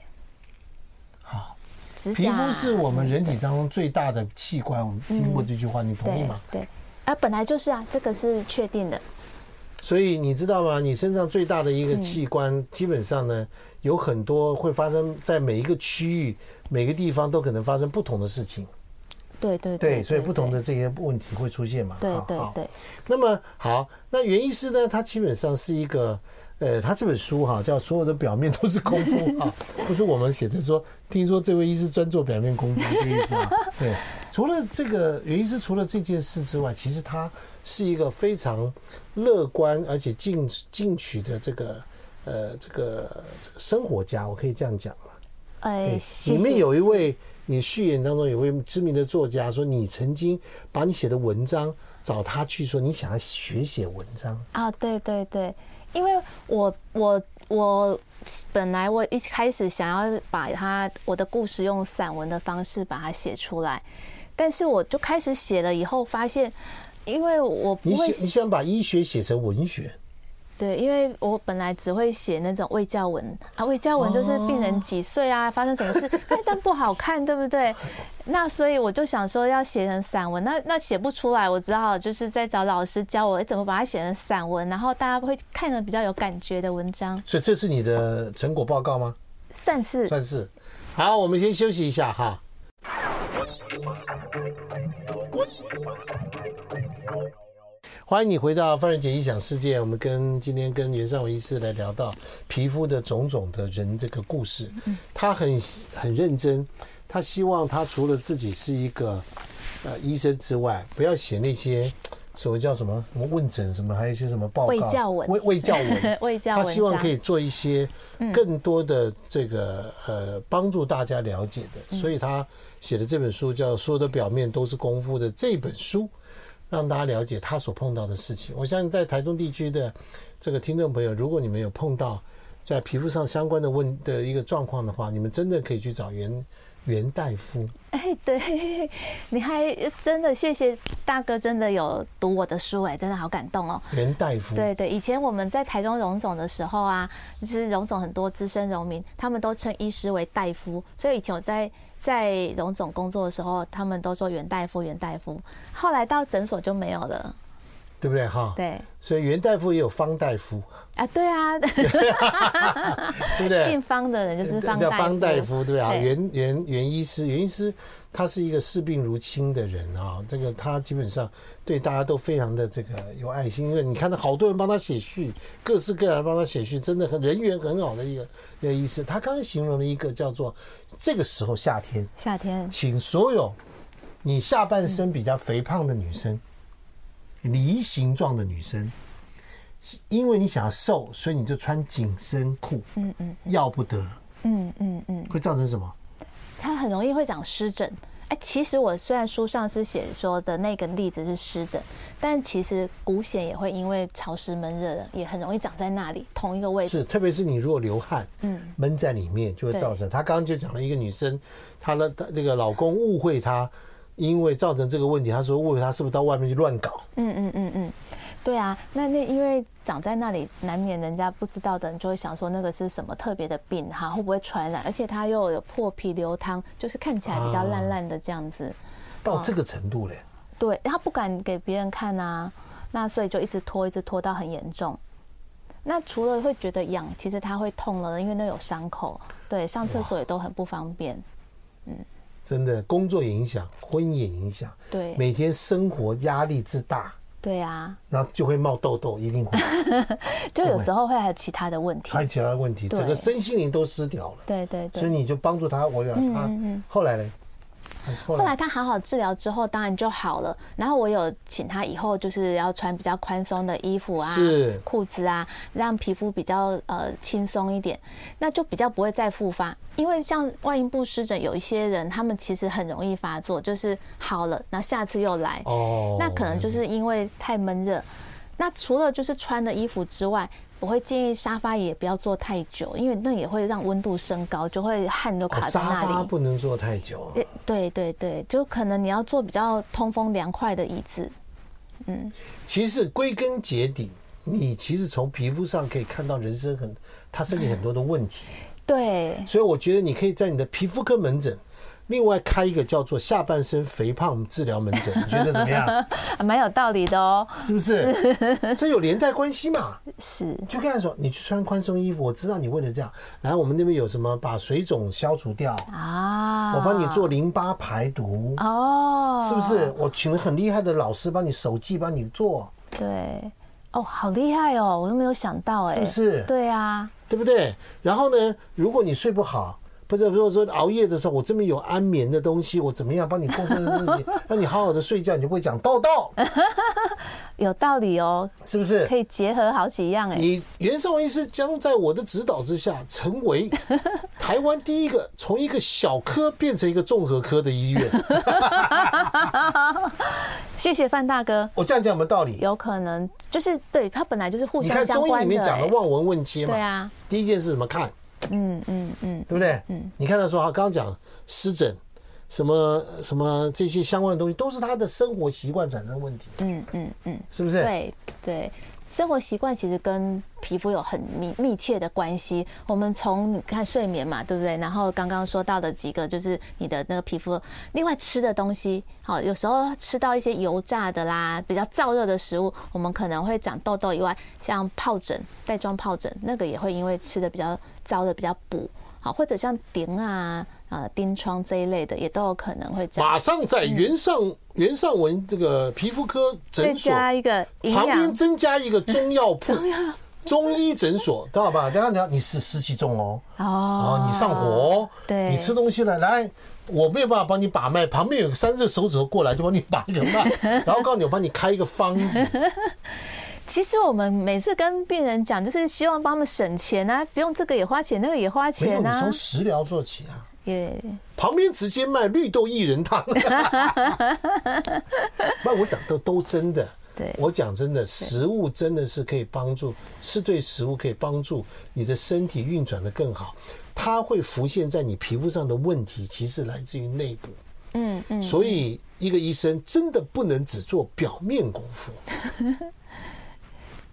Speaker 1: 好，
Speaker 2: 指甲。
Speaker 1: 皮肤是我们人体当中最大的器官。我们听过这句话，你同意
Speaker 2: 对
Speaker 1: 吗？
Speaker 2: 对，啊，本来就是啊，这个是确定的。
Speaker 1: 所以你知道吗？你身上最大的一个器官，基本上呢，有很多会发生在每一个区域、每个地方都可能发生不同的事情。
Speaker 2: 对对
Speaker 1: 对，所以不同
Speaker 2: 对
Speaker 1: 的这些问题会出现嘛。
Speaker 2: 对
Speaker 1: 好
Speaker 2: 对
Speaker 1: 好
Speaker 2: 对
Speaker 1: 那么好，那袁医师呢？他基本上是一个，呃，他这本书哈、叫《所有的表面都是功夫》 啊，不是我们写的说，听说这位医师专做表面功夫，这个意 思啊。对，除了这个袁医师，除了这件事之外，其实他是一个非常乐观而且进进取的这个呃这个这个生活家，我可以这样讲嘛。啊
Speaker 2: 哎
Speaker 1: 对，嗯
Speaker 2: 谢
Speaker 1: 里面
Speaker 2: 谢
Speaker 1: 有一位你序言当中有位知名的作家说，你曾经把你写的文章找他去说，你想要学写文章，
Speaker 2: 啊，对对对，因为我我我本来我一开始想要把它我的故事用散文的方式把它写出来，但是我就开始写了以后发现，因为我不
Speaker 1: 你
Speaker 2: 会
Speaker 1: 写你想把医学写成文学，
Speaker 2: 对，因为我本来只会写那种卫教文啊，卫教文就是病人几岁啊，发生什么事，但但不好看，对不对？那所以我就想说要写成散文，那那写不出来，我只好就是再找老师教我诶哎怎么把它写成散文，然后大家会看的比较有感觉的文章，
Speaker 1: 所以这是你的成果报告吗？
Speaker 2: 算是
Speaker 1: 算是。好，我们先休息一下哈。欢迎你回到范仁杰异想世界。我们跟今天跟袁尚文医师来聊到皮肤的种种的人这个故事。
Speaker 2: 嗯
Speaker 1: 他很很认真，他希望他除了自己是一个呃医生之外，不要写那些什么叫什么什么问诊什么，还有一些什么报告
Speaker 2: 卫教文
Speaker 1: 卫卫教 文
Speaker 2: 呃卫教
Speaker 1: 他
Speaker 2: 文章。
Speaker 1: 希望可以做一些
Speaker 2: 嗯
Speaker 1: 更多的这个呃帮助大家了解
Speaker 2: 嗯
Speaker 1: 的，所以他写的这本书叫《说的表面都是功夫》的这本书，让大家了解他所碰到的事情。我相信在台中地区的这个听众朋友，如果你们有碰到在皮肤上相关的问的一个状况的话，你们真的可以去找袁袁大夫，
Speaker 2: 哎，对，你还真的谢谢大哥，真的有读我的书，哎，真的好感动哦。
Speaker 1: 袁大夫，
Speaker 2: 对对，以前我们在台中荣总的时候啊，就是荣总很多资深荣民，他们都称医师为大夫，所以以前我在在荣总工作的时候，他们都说袁大夫袁大夫，后来到诊所就没有了。
Speaker 1: 对不对哈？
Speaker 2: 对
Speaker 1: 所以袁大夫也有方大夫，
Speaker 2: 啊，对啊，
Speaker 1: 对不对？
Speaker 2: 姓方的人就是方
Speaker 1: 叫
Speaker 2: 大夫。
Speaker 1: 方大夫，对啊，
Speaker 2: 对
Speaker 1: 袁袁袁医师，袁医师他是一个视病如亲的人啊、这个他基本上对大家都非常的这个有爱心，因为你看到好多人帮他写序，各式各样的帮他写序，真的很人缘很好的一个一个医师。他刚刚形容了一个叫做这个时候夏天，
Speaker 2: 夏天
Speaker 1: 请所有你下半身比较肥胖的女生，梨形状的女生，是因为你想要瘦，所以你就穿紧身裤，嗯嗯，要不得，
Speaker 2: 嗯嗯嗯，
Speaker 1: 会造成什么？
Speaker 2: 它很容易会长湿疹。哎，其实我虽然书上是写说的那个例子是湿疹，但其实骨癣也会因为潮湿闷热的，也很容易长在那里同一个位置。
Speaker 1: 是，特别是你如果流汗，嗯，闷在里面就会造成。她刚刚就讲了一个女生，她的她这个老公误会她，因为造成这个问题，她说误会她是不是到外面去乱搞？
Speaker 2: 嗯嗯嗯嗯，对啊，那那因为长在那里，难免人家不知道的人就会想说那个是什么特别的病哈，会不会传染？而且它又有破皮流汤，就是看起来比较
Speaker 1: 啊
Speaker 2: 烂烂的这样子。
Speaker 1: 到这个程度嘞，
Speaker 2: 对他不敢给别人看啊，那所以就一直拖，一直拖到很严重。那除了会觉得痒，其实他会痛了，因为那有伤口，对，上厕所也都很不方便。
Speaker 1: 真的工作也影响，婚姻也影响，
Speaker 2: 对
Speaker 1: 每天生活压力之大，
Speaker 2: 对啊，
Speaker 1: 然后就会冒痘痘，一定 会。
Speaker 2: 就有时候会还有其他的问题
Speaker 1: 还。有其他问题，
Speaker 2: 对
Speaker 1: 整个身心灵都失调了。
Speaker 2: 对对对。嗯
Speaker 1: 所以你就帮助他，我养他。后来呢？后
Speaker 2: 后来他好好治疗之后，当然就好了。然后我有请他以后就是要穿比较宽松的衣服啊
Speaker 1: 是、
Speaker 2: 裤子啊，让皮肤比较呃轻松一点，那就比较不会再复发。因为像外阴部湿疹，有一些人他们其实很容易发作，就是好了，那下次又来，
Speaker 1: 哦，
Speaker 2: 那可能就是因为太闷热。那除了就是穿的衣服之外，我会建议沙发也不要坐太久，因为那也会让温度升高，就会汗都
Speaker 1: 哦
Speaker 2: 卡在那
Speaker 1: 沙
Speaker 2: 里。
Speaker 1: 发不能坐太久啊。
Speaker 2: 对对对对，就可能你要坐比较通风凉快的椅子。
Speaker 1: 其实归根结底，你其实从皮肤上可以看到人生很他身体很多的问题，
Speaker 2: 对，
Speaker 1: 所以我觉得你可以在你的皮肤科门诊。另外开一个叫做下半身肥胖治疗门诊，你觉得怎么 样？
Speaker 2: 啊 蛮有道理的哦。
Speaker 1: 是不是？ 这有连带关系嘛？
Speaker 2: 是，
Speaker 1: 就跟他说，你去穿宽松衣服，我知道你为了这样。然后我们那边有什么把水肿消除掉，
Speaker 2: 啊，
Speaker 1: 我帮你做淋巴排毒，
Speaker 2: 哦，
Speaker 1: 是不？是？我请了很厉害的老师帮你手记帮你做，
Speaker 2: 对，哦，好厉害哦，我都没有想到哎，
Speaker 1: 是不是
Speaker 2: 对啊，
Speaker 1: 对不对？然后呢，如果你睡不好，不是如果说熬夜的时候，我这边有安眠的东西，我怎么样帮你控制自己， 让你好好的睡觉，你就不会长痘痘，
Speaker 2: 有道理哦，
Speaker 1: 是不是
Speaker 2: 可？以结合好几样哎。
Speaker 1: 你袁绍文医师将在我的指导之下，成 为台湾第一个从一个小科变成一个综合科的医 院。
Speaker 2: 谢谢范大哥，
Speaker 1: 我这样讲有没有道理？
Speaker 2: 有可能就是对他本来就是互
Speaker 1: 你
Speaker 2: 相
Speaker 1: 看
Speaker 2: 相
Speaker 1: 中医里
Speaker 2: 关
Speaker 1: 面讲
Speaker 2: 哎
Speaker 1: 的望闻问切嘛，
Speaker 2: 对啊，
Speaker 1: 第一件事怎么看？
Speaker 2: 嗯嗯嗯，
Speaker 1: 对不对？嗯，你看他说啊，刚刚讲湿疹，什么什么这些相关的东西，都是他的生活习惯产生问题。嗯嗯嗯，是不是？，
Speaker 2: 对对，生活习惯其实跟皮肤有很密密切的关系。我们从你看睡眠嘛，对不对？然后刚刚说到的几个就是你的那个皮肤，另外吃的东西，好，有时候吃到一些油炸的啦，比较燥热的食物，我们可能会长痘痘以外，像疱疹、带状疱疹，那个也会因为吃的比较燥的比较补。好，或者像顶啊、啊疔疮这一类的，也都有可能会长。
Speaker 1: 马上在袁尚袁尚文这个皮肤科
Speaker 2: 再
Speaker 1: 诊所
Speaker 2: 加一个营
Speaker 1: 旁
Speaker 2: 养啊
Speaker 1: 边，增加一个中药 铺。中医诊所，知道吧？等一下你要你是湿气重哦，哦，你上火哦，
Speaker 2: 对
Speaker 1: 你吃东西了，来，我没有办法帮你把脉，旁边有个三只手指头过来就帮你把一个脉，然后告诉你我帮你开一个方子，
Speaker 2: 其实我们每次跟病人讲，就是希望帮他们省钱啊，不用这个也花钱，那个也花
Speaker 1: 没有，
Speaker 2: 钱
Speaker 1: 你
Speaker 2: 啊
Speaker 1: 从，食疗做起啊。
Speaker 2: 也
Speaker 1: 旁边直接卖绿豆薏仁汤。 那我讲都都真的，
Speaker 2: 对
Speaker 1: 我讲真的，食物真的是可以帮助，吃对食物可以帮助你的身体运转的更好。它会浮现在你皮肤上的问题，其实来自于内部。
Speaker 2: 嗯嗯，
Speaker 1: 所以，一个医生真的不能只做表面功夫。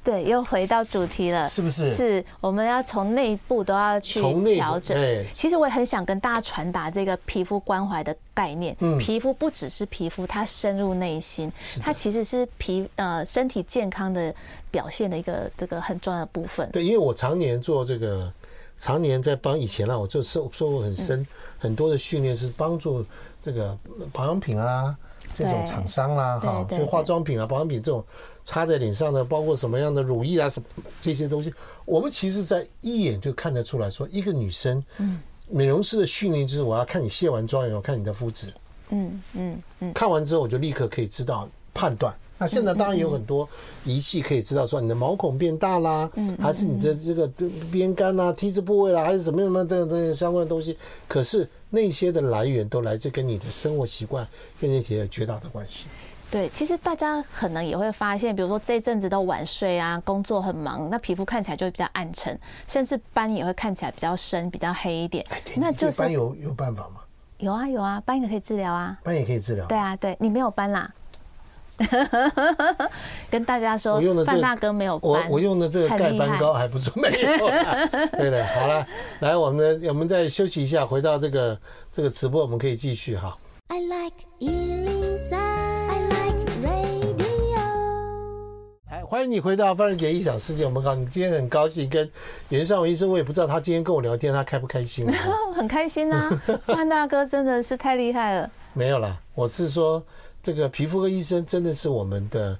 Speaker 2: 对，又回到主题了，
Speaker 1: 是不是
Speaker 2: 是，我们要从内部都要去
Speaker 1: 从内部
Speaker 2: 调整
Speaker 1: 哎。
Speaker 2: 其实我也很想跟大家传达这个皮肤关怀的概念。
Speaker 1: 嗯
Speaker 2: 皮肤不只是皮肤，它深入内心，它其实是皮呃身体健康的表现的一个这个很重要的部分。
Speaker 1: 对，因为我常年做这个，常年在帮以前啦，我就受受过很深、很多的训练，是帮助这个保养品啊这种
Speaker 2: 对
Speaker 1: 厂商啦、
Speaker 2: 对
Speaker 1: 哈，
Speaker 2: 对
Speaker 1: 就化
Speaker 2: 对
Speaker 1: 妆品啊、保养品这种擦在脸上的，包括什么样的乳液啊、什么这些东西，我们其实在一眼就看得出来说，一个女生，嗯，美容师的训练就是我要看你卸完妆以后，看你的肤质，
Speaker 2: 嗯嗯嗯，
Speaker 1: 看完之后我就立刻可以知道判断。那现在当然有很多仪器可以知道说你的毛孔变大啦，
Speaker 2: 嗯
Speaker 1: 还是你的这个边干啦、T 字部位啦，还是什么什么等等相关的东西。可是那些的来源都来自跟你的生活习惯跟那些有绝大的关系。
Speaker 2: 对，其实大家可能也会发现，比如说这阵子都晚睡啊，工作很忙，那皮肤看起来就会比较暗沉，甚至斑也会看起来比较深、比较黑一点。
Speaker 1: 哎
Speaker 2: 那就
Speaker 1: 斑
Speaker 2: 是
Speaker 1: 有有办法吗？
Speaker 2: 有啊有啊，斑也可以治疗啊。
Speaker 1: 斑也可以治疗。
Speaker 2: 对啊，对你没有斑啦。 跟大家说
Speaker 1: 我用的，这
Speaker 2: 范
Speaker 1: 个
Speaker 2: 大哥没有
Speaker 1: 我
Speaker 2: 斑，
Speaker 1: 我用的这个
Speaker 2: 很
Speaker 1: 盖
Speaker 2: 厉
Speaker 1: 斑
Speaker 2: 害
Speaker 1: 膏还不错，没有 啦。对的，好了，来我们我们再休息一下，回到这个这个直播，我们可以继续哈。
Speaker 3: I like Ealing Sound. I like radio.
Speaker 1: 来，哎欢迎你回到范仁杰异想世界。我们刚，你今天很高兴跟袁尚文医生，我也不知道他今天跟我聊天，他开不开心啊？
Speaker 2: 很开心啊。范大哥真的是太厉害了，
Speaker 1: 没有啦，我是说，这个皮肤科医生真的是我们的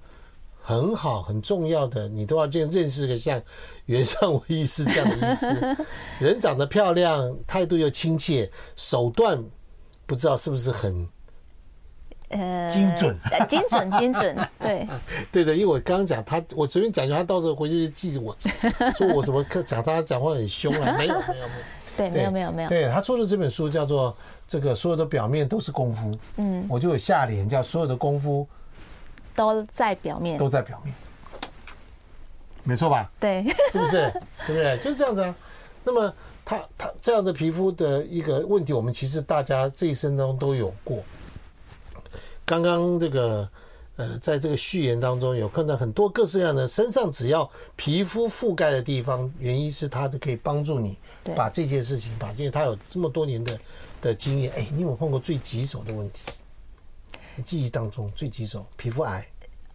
Speaker 1: 很好、很重要的，你都要认认识个像袁尚文医师这样的医 师，人长得漂亮，态度又亲切，手段不知道是不是很
Speaker 2: 呃，
Speaker 1: 精准，
Speaker 2: 呃精准，精准，对，
Speaker 1: 对的，因为我刚刚讲他，我随便讲一句，他到时候回去就记着我，说我什么讲他讲话很凶 啊，没有没有没有。
Speaker 2: 对，没
Speaker 1: 对
Speaker 2: 有，没有，没有，
Speaker 1: 对他出的这本书叫做《这个所有的表面都是功夫》，嗯，我就有下联叫“所有的功夫
Speaker 2: 都在表面
Speaker 1: 都，在表面”，没错吧？
Speaker 2: 对，
Speaker 1: 是不是？对不对？就是这样子啊。那么他他这样的皮肤的一个问题，我们其实大家这一生当中都有过。刚刚这个呃，在这个序言当中有看到很多各式各样的，身上只要皮肤覆盖的地方，原因是它就可以帮助你
Speaker 2: 对
Speaker 1: 把这件事情把，因为他有这么多年的的经验。哎，你有没有碰过最棘手的问题？你记忆当中最棘手，皮肤癌。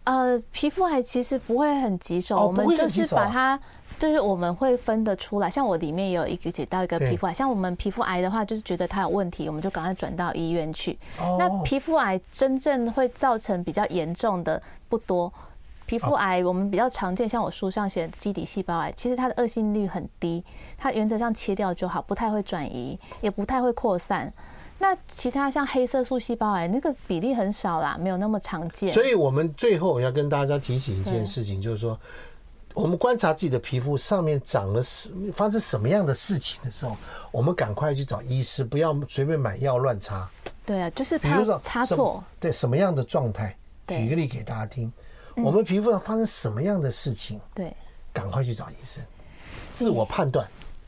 Speaker 2: 呃，皮肤癌其实不会很棘手，
Speaker 1: 哦
Speaker 2: 我们
Speaker 1: 不会
Speaker 2: 就
Speaker 1: 很棘
Speaker 2: 是
Speaker 1: 手啊
Speaker 2: 把它，就是我们会分得出来。像我里面也有一个解到一个
Speaker 1: 对
Speaker 2: 皮肤癌，像我们皮肤癌的话，就是觉得它有问题，我们就赶快转到医院去。
Speaker 1: 哦
Speaker 2: 那皮肤癌真正会造成比较严重的不多。皮
Speaker 1: 哦
Speaker 2: 肤癌我们比较常见，像我书上写的基底细胞癌，其实它的恶性率很低，它原则上切掉就好，不太会转移，也不太会扩散。那其他像黑色素细胞癌，那个比例很少啦，没有那么常见。
Speaker 1: 所以我们最后要跟大家提醒一件事情，就是说，我们观察自己的皮肤上面长了什发生什么样的事情的时候，我们赶快去找医师，不要随便买药乱擦。
Speaker 2: 对啊，就是
Speaker 1: 比
Speaker 2: 怕
Speaker 1: 如说
Speaker 2: 差
Speaker 1: 什
Speaker 2: 错
Speaker 1: 么，对什么样的状态，
Speaker 2: 对
Speaker 1: 举个例给大家听，我们皮肤上发生什么样的事情，
Speaker 2: 对，
Speaker 1: 赶快去找医生，自我判断。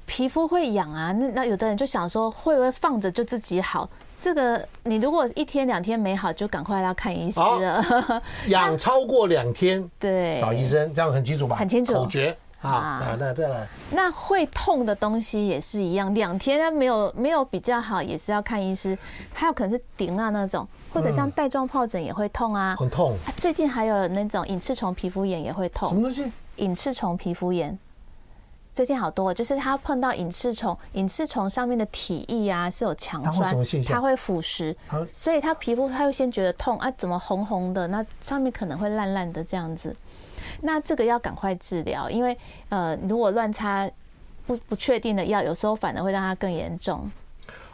Speaker 2: 皮肤会痒啊。那那有的人就想说，会不会放着就自己好？这个你如果一天两天没好，就赶快要看医师了。
Speaker 1: 养超过两天
Speaker 2: 对，
Speaker 1: 找医生，这样很清楚吧？
Speaker 2: 很清楚
Speaker 1: 口诀啊
Speaker 2: 啊
Speaker 1: 啊，那再来。
Speaker 2: 那会痛的东西也是一样，两天啊它没有没有比较好，也是要看医师。还有可能是顶啊那种，或者像带状疱疹也会痛啊。
Speaker 1: 嗯很痛，
Speaker 2: 啊最近还有那种隐翅虫皮肤炎也会
Speaker 1: 什
Speaker 2: 痛
Speaker 1: 么，东西？
Speaker 2: 隐翅虫皮肤炎。最近好多了，就是它碰到隐翅虫，隐翅虫上面的体液啊是有强
Speaker 1: 它会
Speaker 2: 酸
Speaker 1: 什么现，象
Speaker 2: 它会腐蚀
Speaker 1: 它会，
Speaker 2: 所以它皮肤它会先觉得痛啊，怎么红红的，那上面可能会烂烂的这样子。那这个要赶快治疗，因为呃，如果乱擦不不确定的药，有时候反而会让它更严重，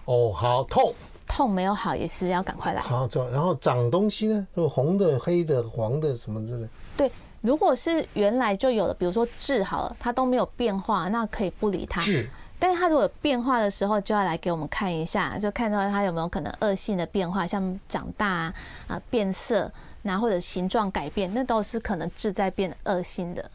Speaker 1: 哦，好痛。
Speaker 2: 痛没有好也是要赶快来。
Speaker 1: 好，走。然后长东西呢，就红的、黑的、黄的什么之类。
Speaker 2: 对，如果是原来就有的，比如说痣好了，它都没有变化，那可以不理它。
Speaker 1: 痣
Speaker 2: 但是它如果有变化的时候，就要来给我们看一下，就看到它有没有可能恶性的变化，像长大啊、啊变色，然后或者形状改变，那都是可能痣在变恶性的。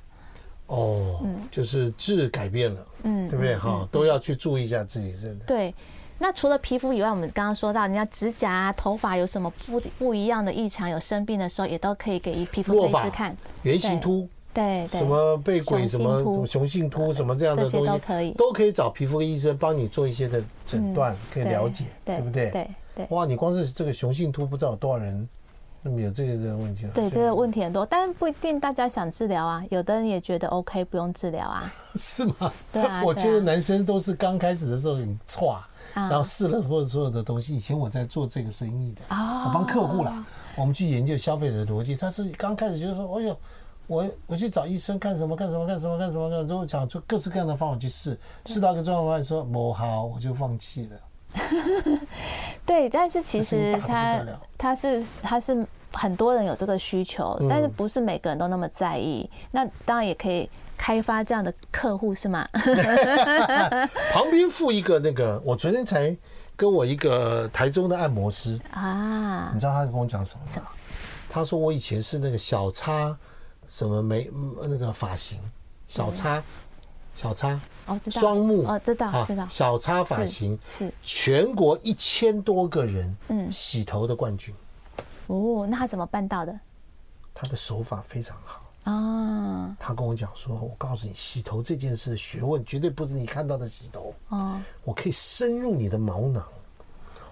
Speaker 1: 哦，就是质改变了，嗯，对不对？哈，都要去注意一下自己，真的。
Speaker 2: 对，那除了皮肤以外，我们刚刚说到，人家指甲、啊、头发有什么不不一样的异常，有生病的时候，也都可以给皮肤
Speaker 1: 落
Speaker 2: 科医
Speaker 1: 发
Speaker 2: 师看。、
Speaker 1: 圆形秃，
Speaker 2: 对对，
Speaker 1: 什么被鬼
Speaker 2: 雄
Speaker 1: 什
Speaker 2: 性
Speaker 1: 么
Speaker 2: 秃
Speaker 1: 什么雄性秃什么这样的
Speaker 2: 这些
Speaker 1: 东西
Speaker 2: 都可以嗯
Speaker 1: 都可以找皮肤科医生帮你做一些的诊断，可以
Speaker 2: 对
Speaker 1: 了解，对不对？
Speaker 2: 对对
Speaker 1: 哇，你光是这个雄性秃，不知道有多少人那么有这个这个问题了。
Speaker 2: 对，这个问题很多，但不一定大家想治疗啊，有的人也觉得 OK 不用治疗啊。
Speaker 1: 是吗？
Speaker 2: 对啊
Speaker 1: 我
Speaker 2: 对
Speaker 1: 觉得
Speaker 2: 啊
Speaker 1: 男生都是刚开始的时候很差，
Speaker 2: 啊
Speaker 1: 然后试了或者所有的东西。以前我在做这个生意的，
Speaker 2: 哦
Speaker 1: 啊我帮客户啦，我们去研究消费者的逻辑。他是刚开始就是说，哎呦。我我去找医生干什么干什么干什么干什么干什么，就讲出各式各样的方法去试，试到一个状况说不好，我就放弃了。
Speaker 2: 对，但是其
Speaker 1: 这声音大得
Speaker 2: 实
Speaker 1: 不
Speaker 2: 他
Speaker 1: 得了
Speaker 2: 他是他是很多人有这个需求，
Speaker 1: 嗯
Speaker 2: 但是不是每个人都那么在意。那当然也可以开发这样的客户是吗？
Speaker 1: 旁边附一个那个，我昨天才跟我一个台中的按摩师，
Speaker 2: 啊
Speaker 1: 你，知道他跟我讲什么
Speaker 2: 什
Speaker 1: 吗
Speaker 2: 么？
Speaker 1: 他说我以前是那个小叉，什么眉嗯那个发型，小叉，小叉，
Speaker 2: 哦知道
Speaker 1: 双目
Speaker 2: 哦知道
Speaker 1: 啊
Speaker 2: 知道
Speaker 1: 小叉发型
Speaker 2: 是是
Speaker 1: 全国一千多个人，
Speaker 2: 嗯
Speaker 1: 洗头的冠军，
Speaker 2: 哦，那他怎么办到的
Speaker 1: 他的手法非常好。
Speaker 2: 啊？
Speaker 1: 他跟我讲说，我告诉你，洗头这件事的学问绝对不是你看到的洗头，
Speaker 2: 哦，
Speaker 1: 我可以深入你的毛囊，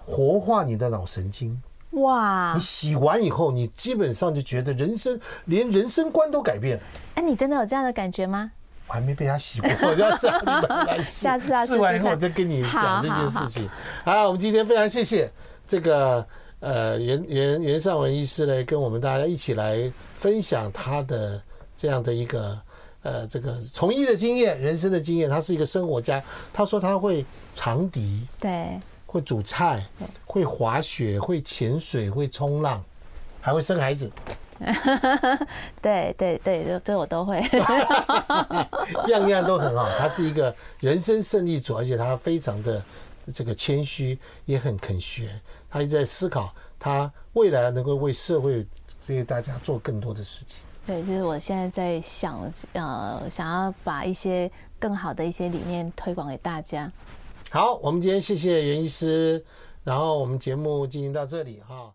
Speaker 1: 活化你的脑神经。
Speaker 2: 哇
Speaker 1: 你，洗完以后，你基本上就觉得人生连人生观都改变了。
Speaker 2: 哎，你真的有这样的感觉吗？
Speaker 1: 我还没被他洗过， 我要下你们来洗，
Speaker 2: 下次要试
Speaker 1: 试
Speaker 2: 试
Speaker 1: 完以后
Speaker 2: 看
Speaker 1: 我再跟你讲
Speaker 2: 好
Speaker 1: 这件
Speaker 2: 好
Speaker 1: 事
Speaker 2: 好
Speaker 1: 情。好，我们今天非常谢谢这个呃袁袁袁尚文医师来跟我们大家一起来分享他的这样的一个呃这个从医的经验、人生的经验。他是一个生活家，他说他会长笛，
Speaker 2: 对，
Speaker 1: 会煮菜，会滑雪，会潜水，会冲浪，还会生孩子。
Speaker 2: 对对对，这这我都会。
Speaker 1: 样样都很好。他是一个人生胜利组，而且他非常的这个谦虚，也很肯学。他一直在思考，他未来能够为社会这些大家做更多的事情。
Speaker 2: 对，就是我现在在想，呃，想要把一些更好的一些理念推广给大家。
Speaker 1: 好，我们今天谢谢袁医师，然后我们节目进行到这里哈。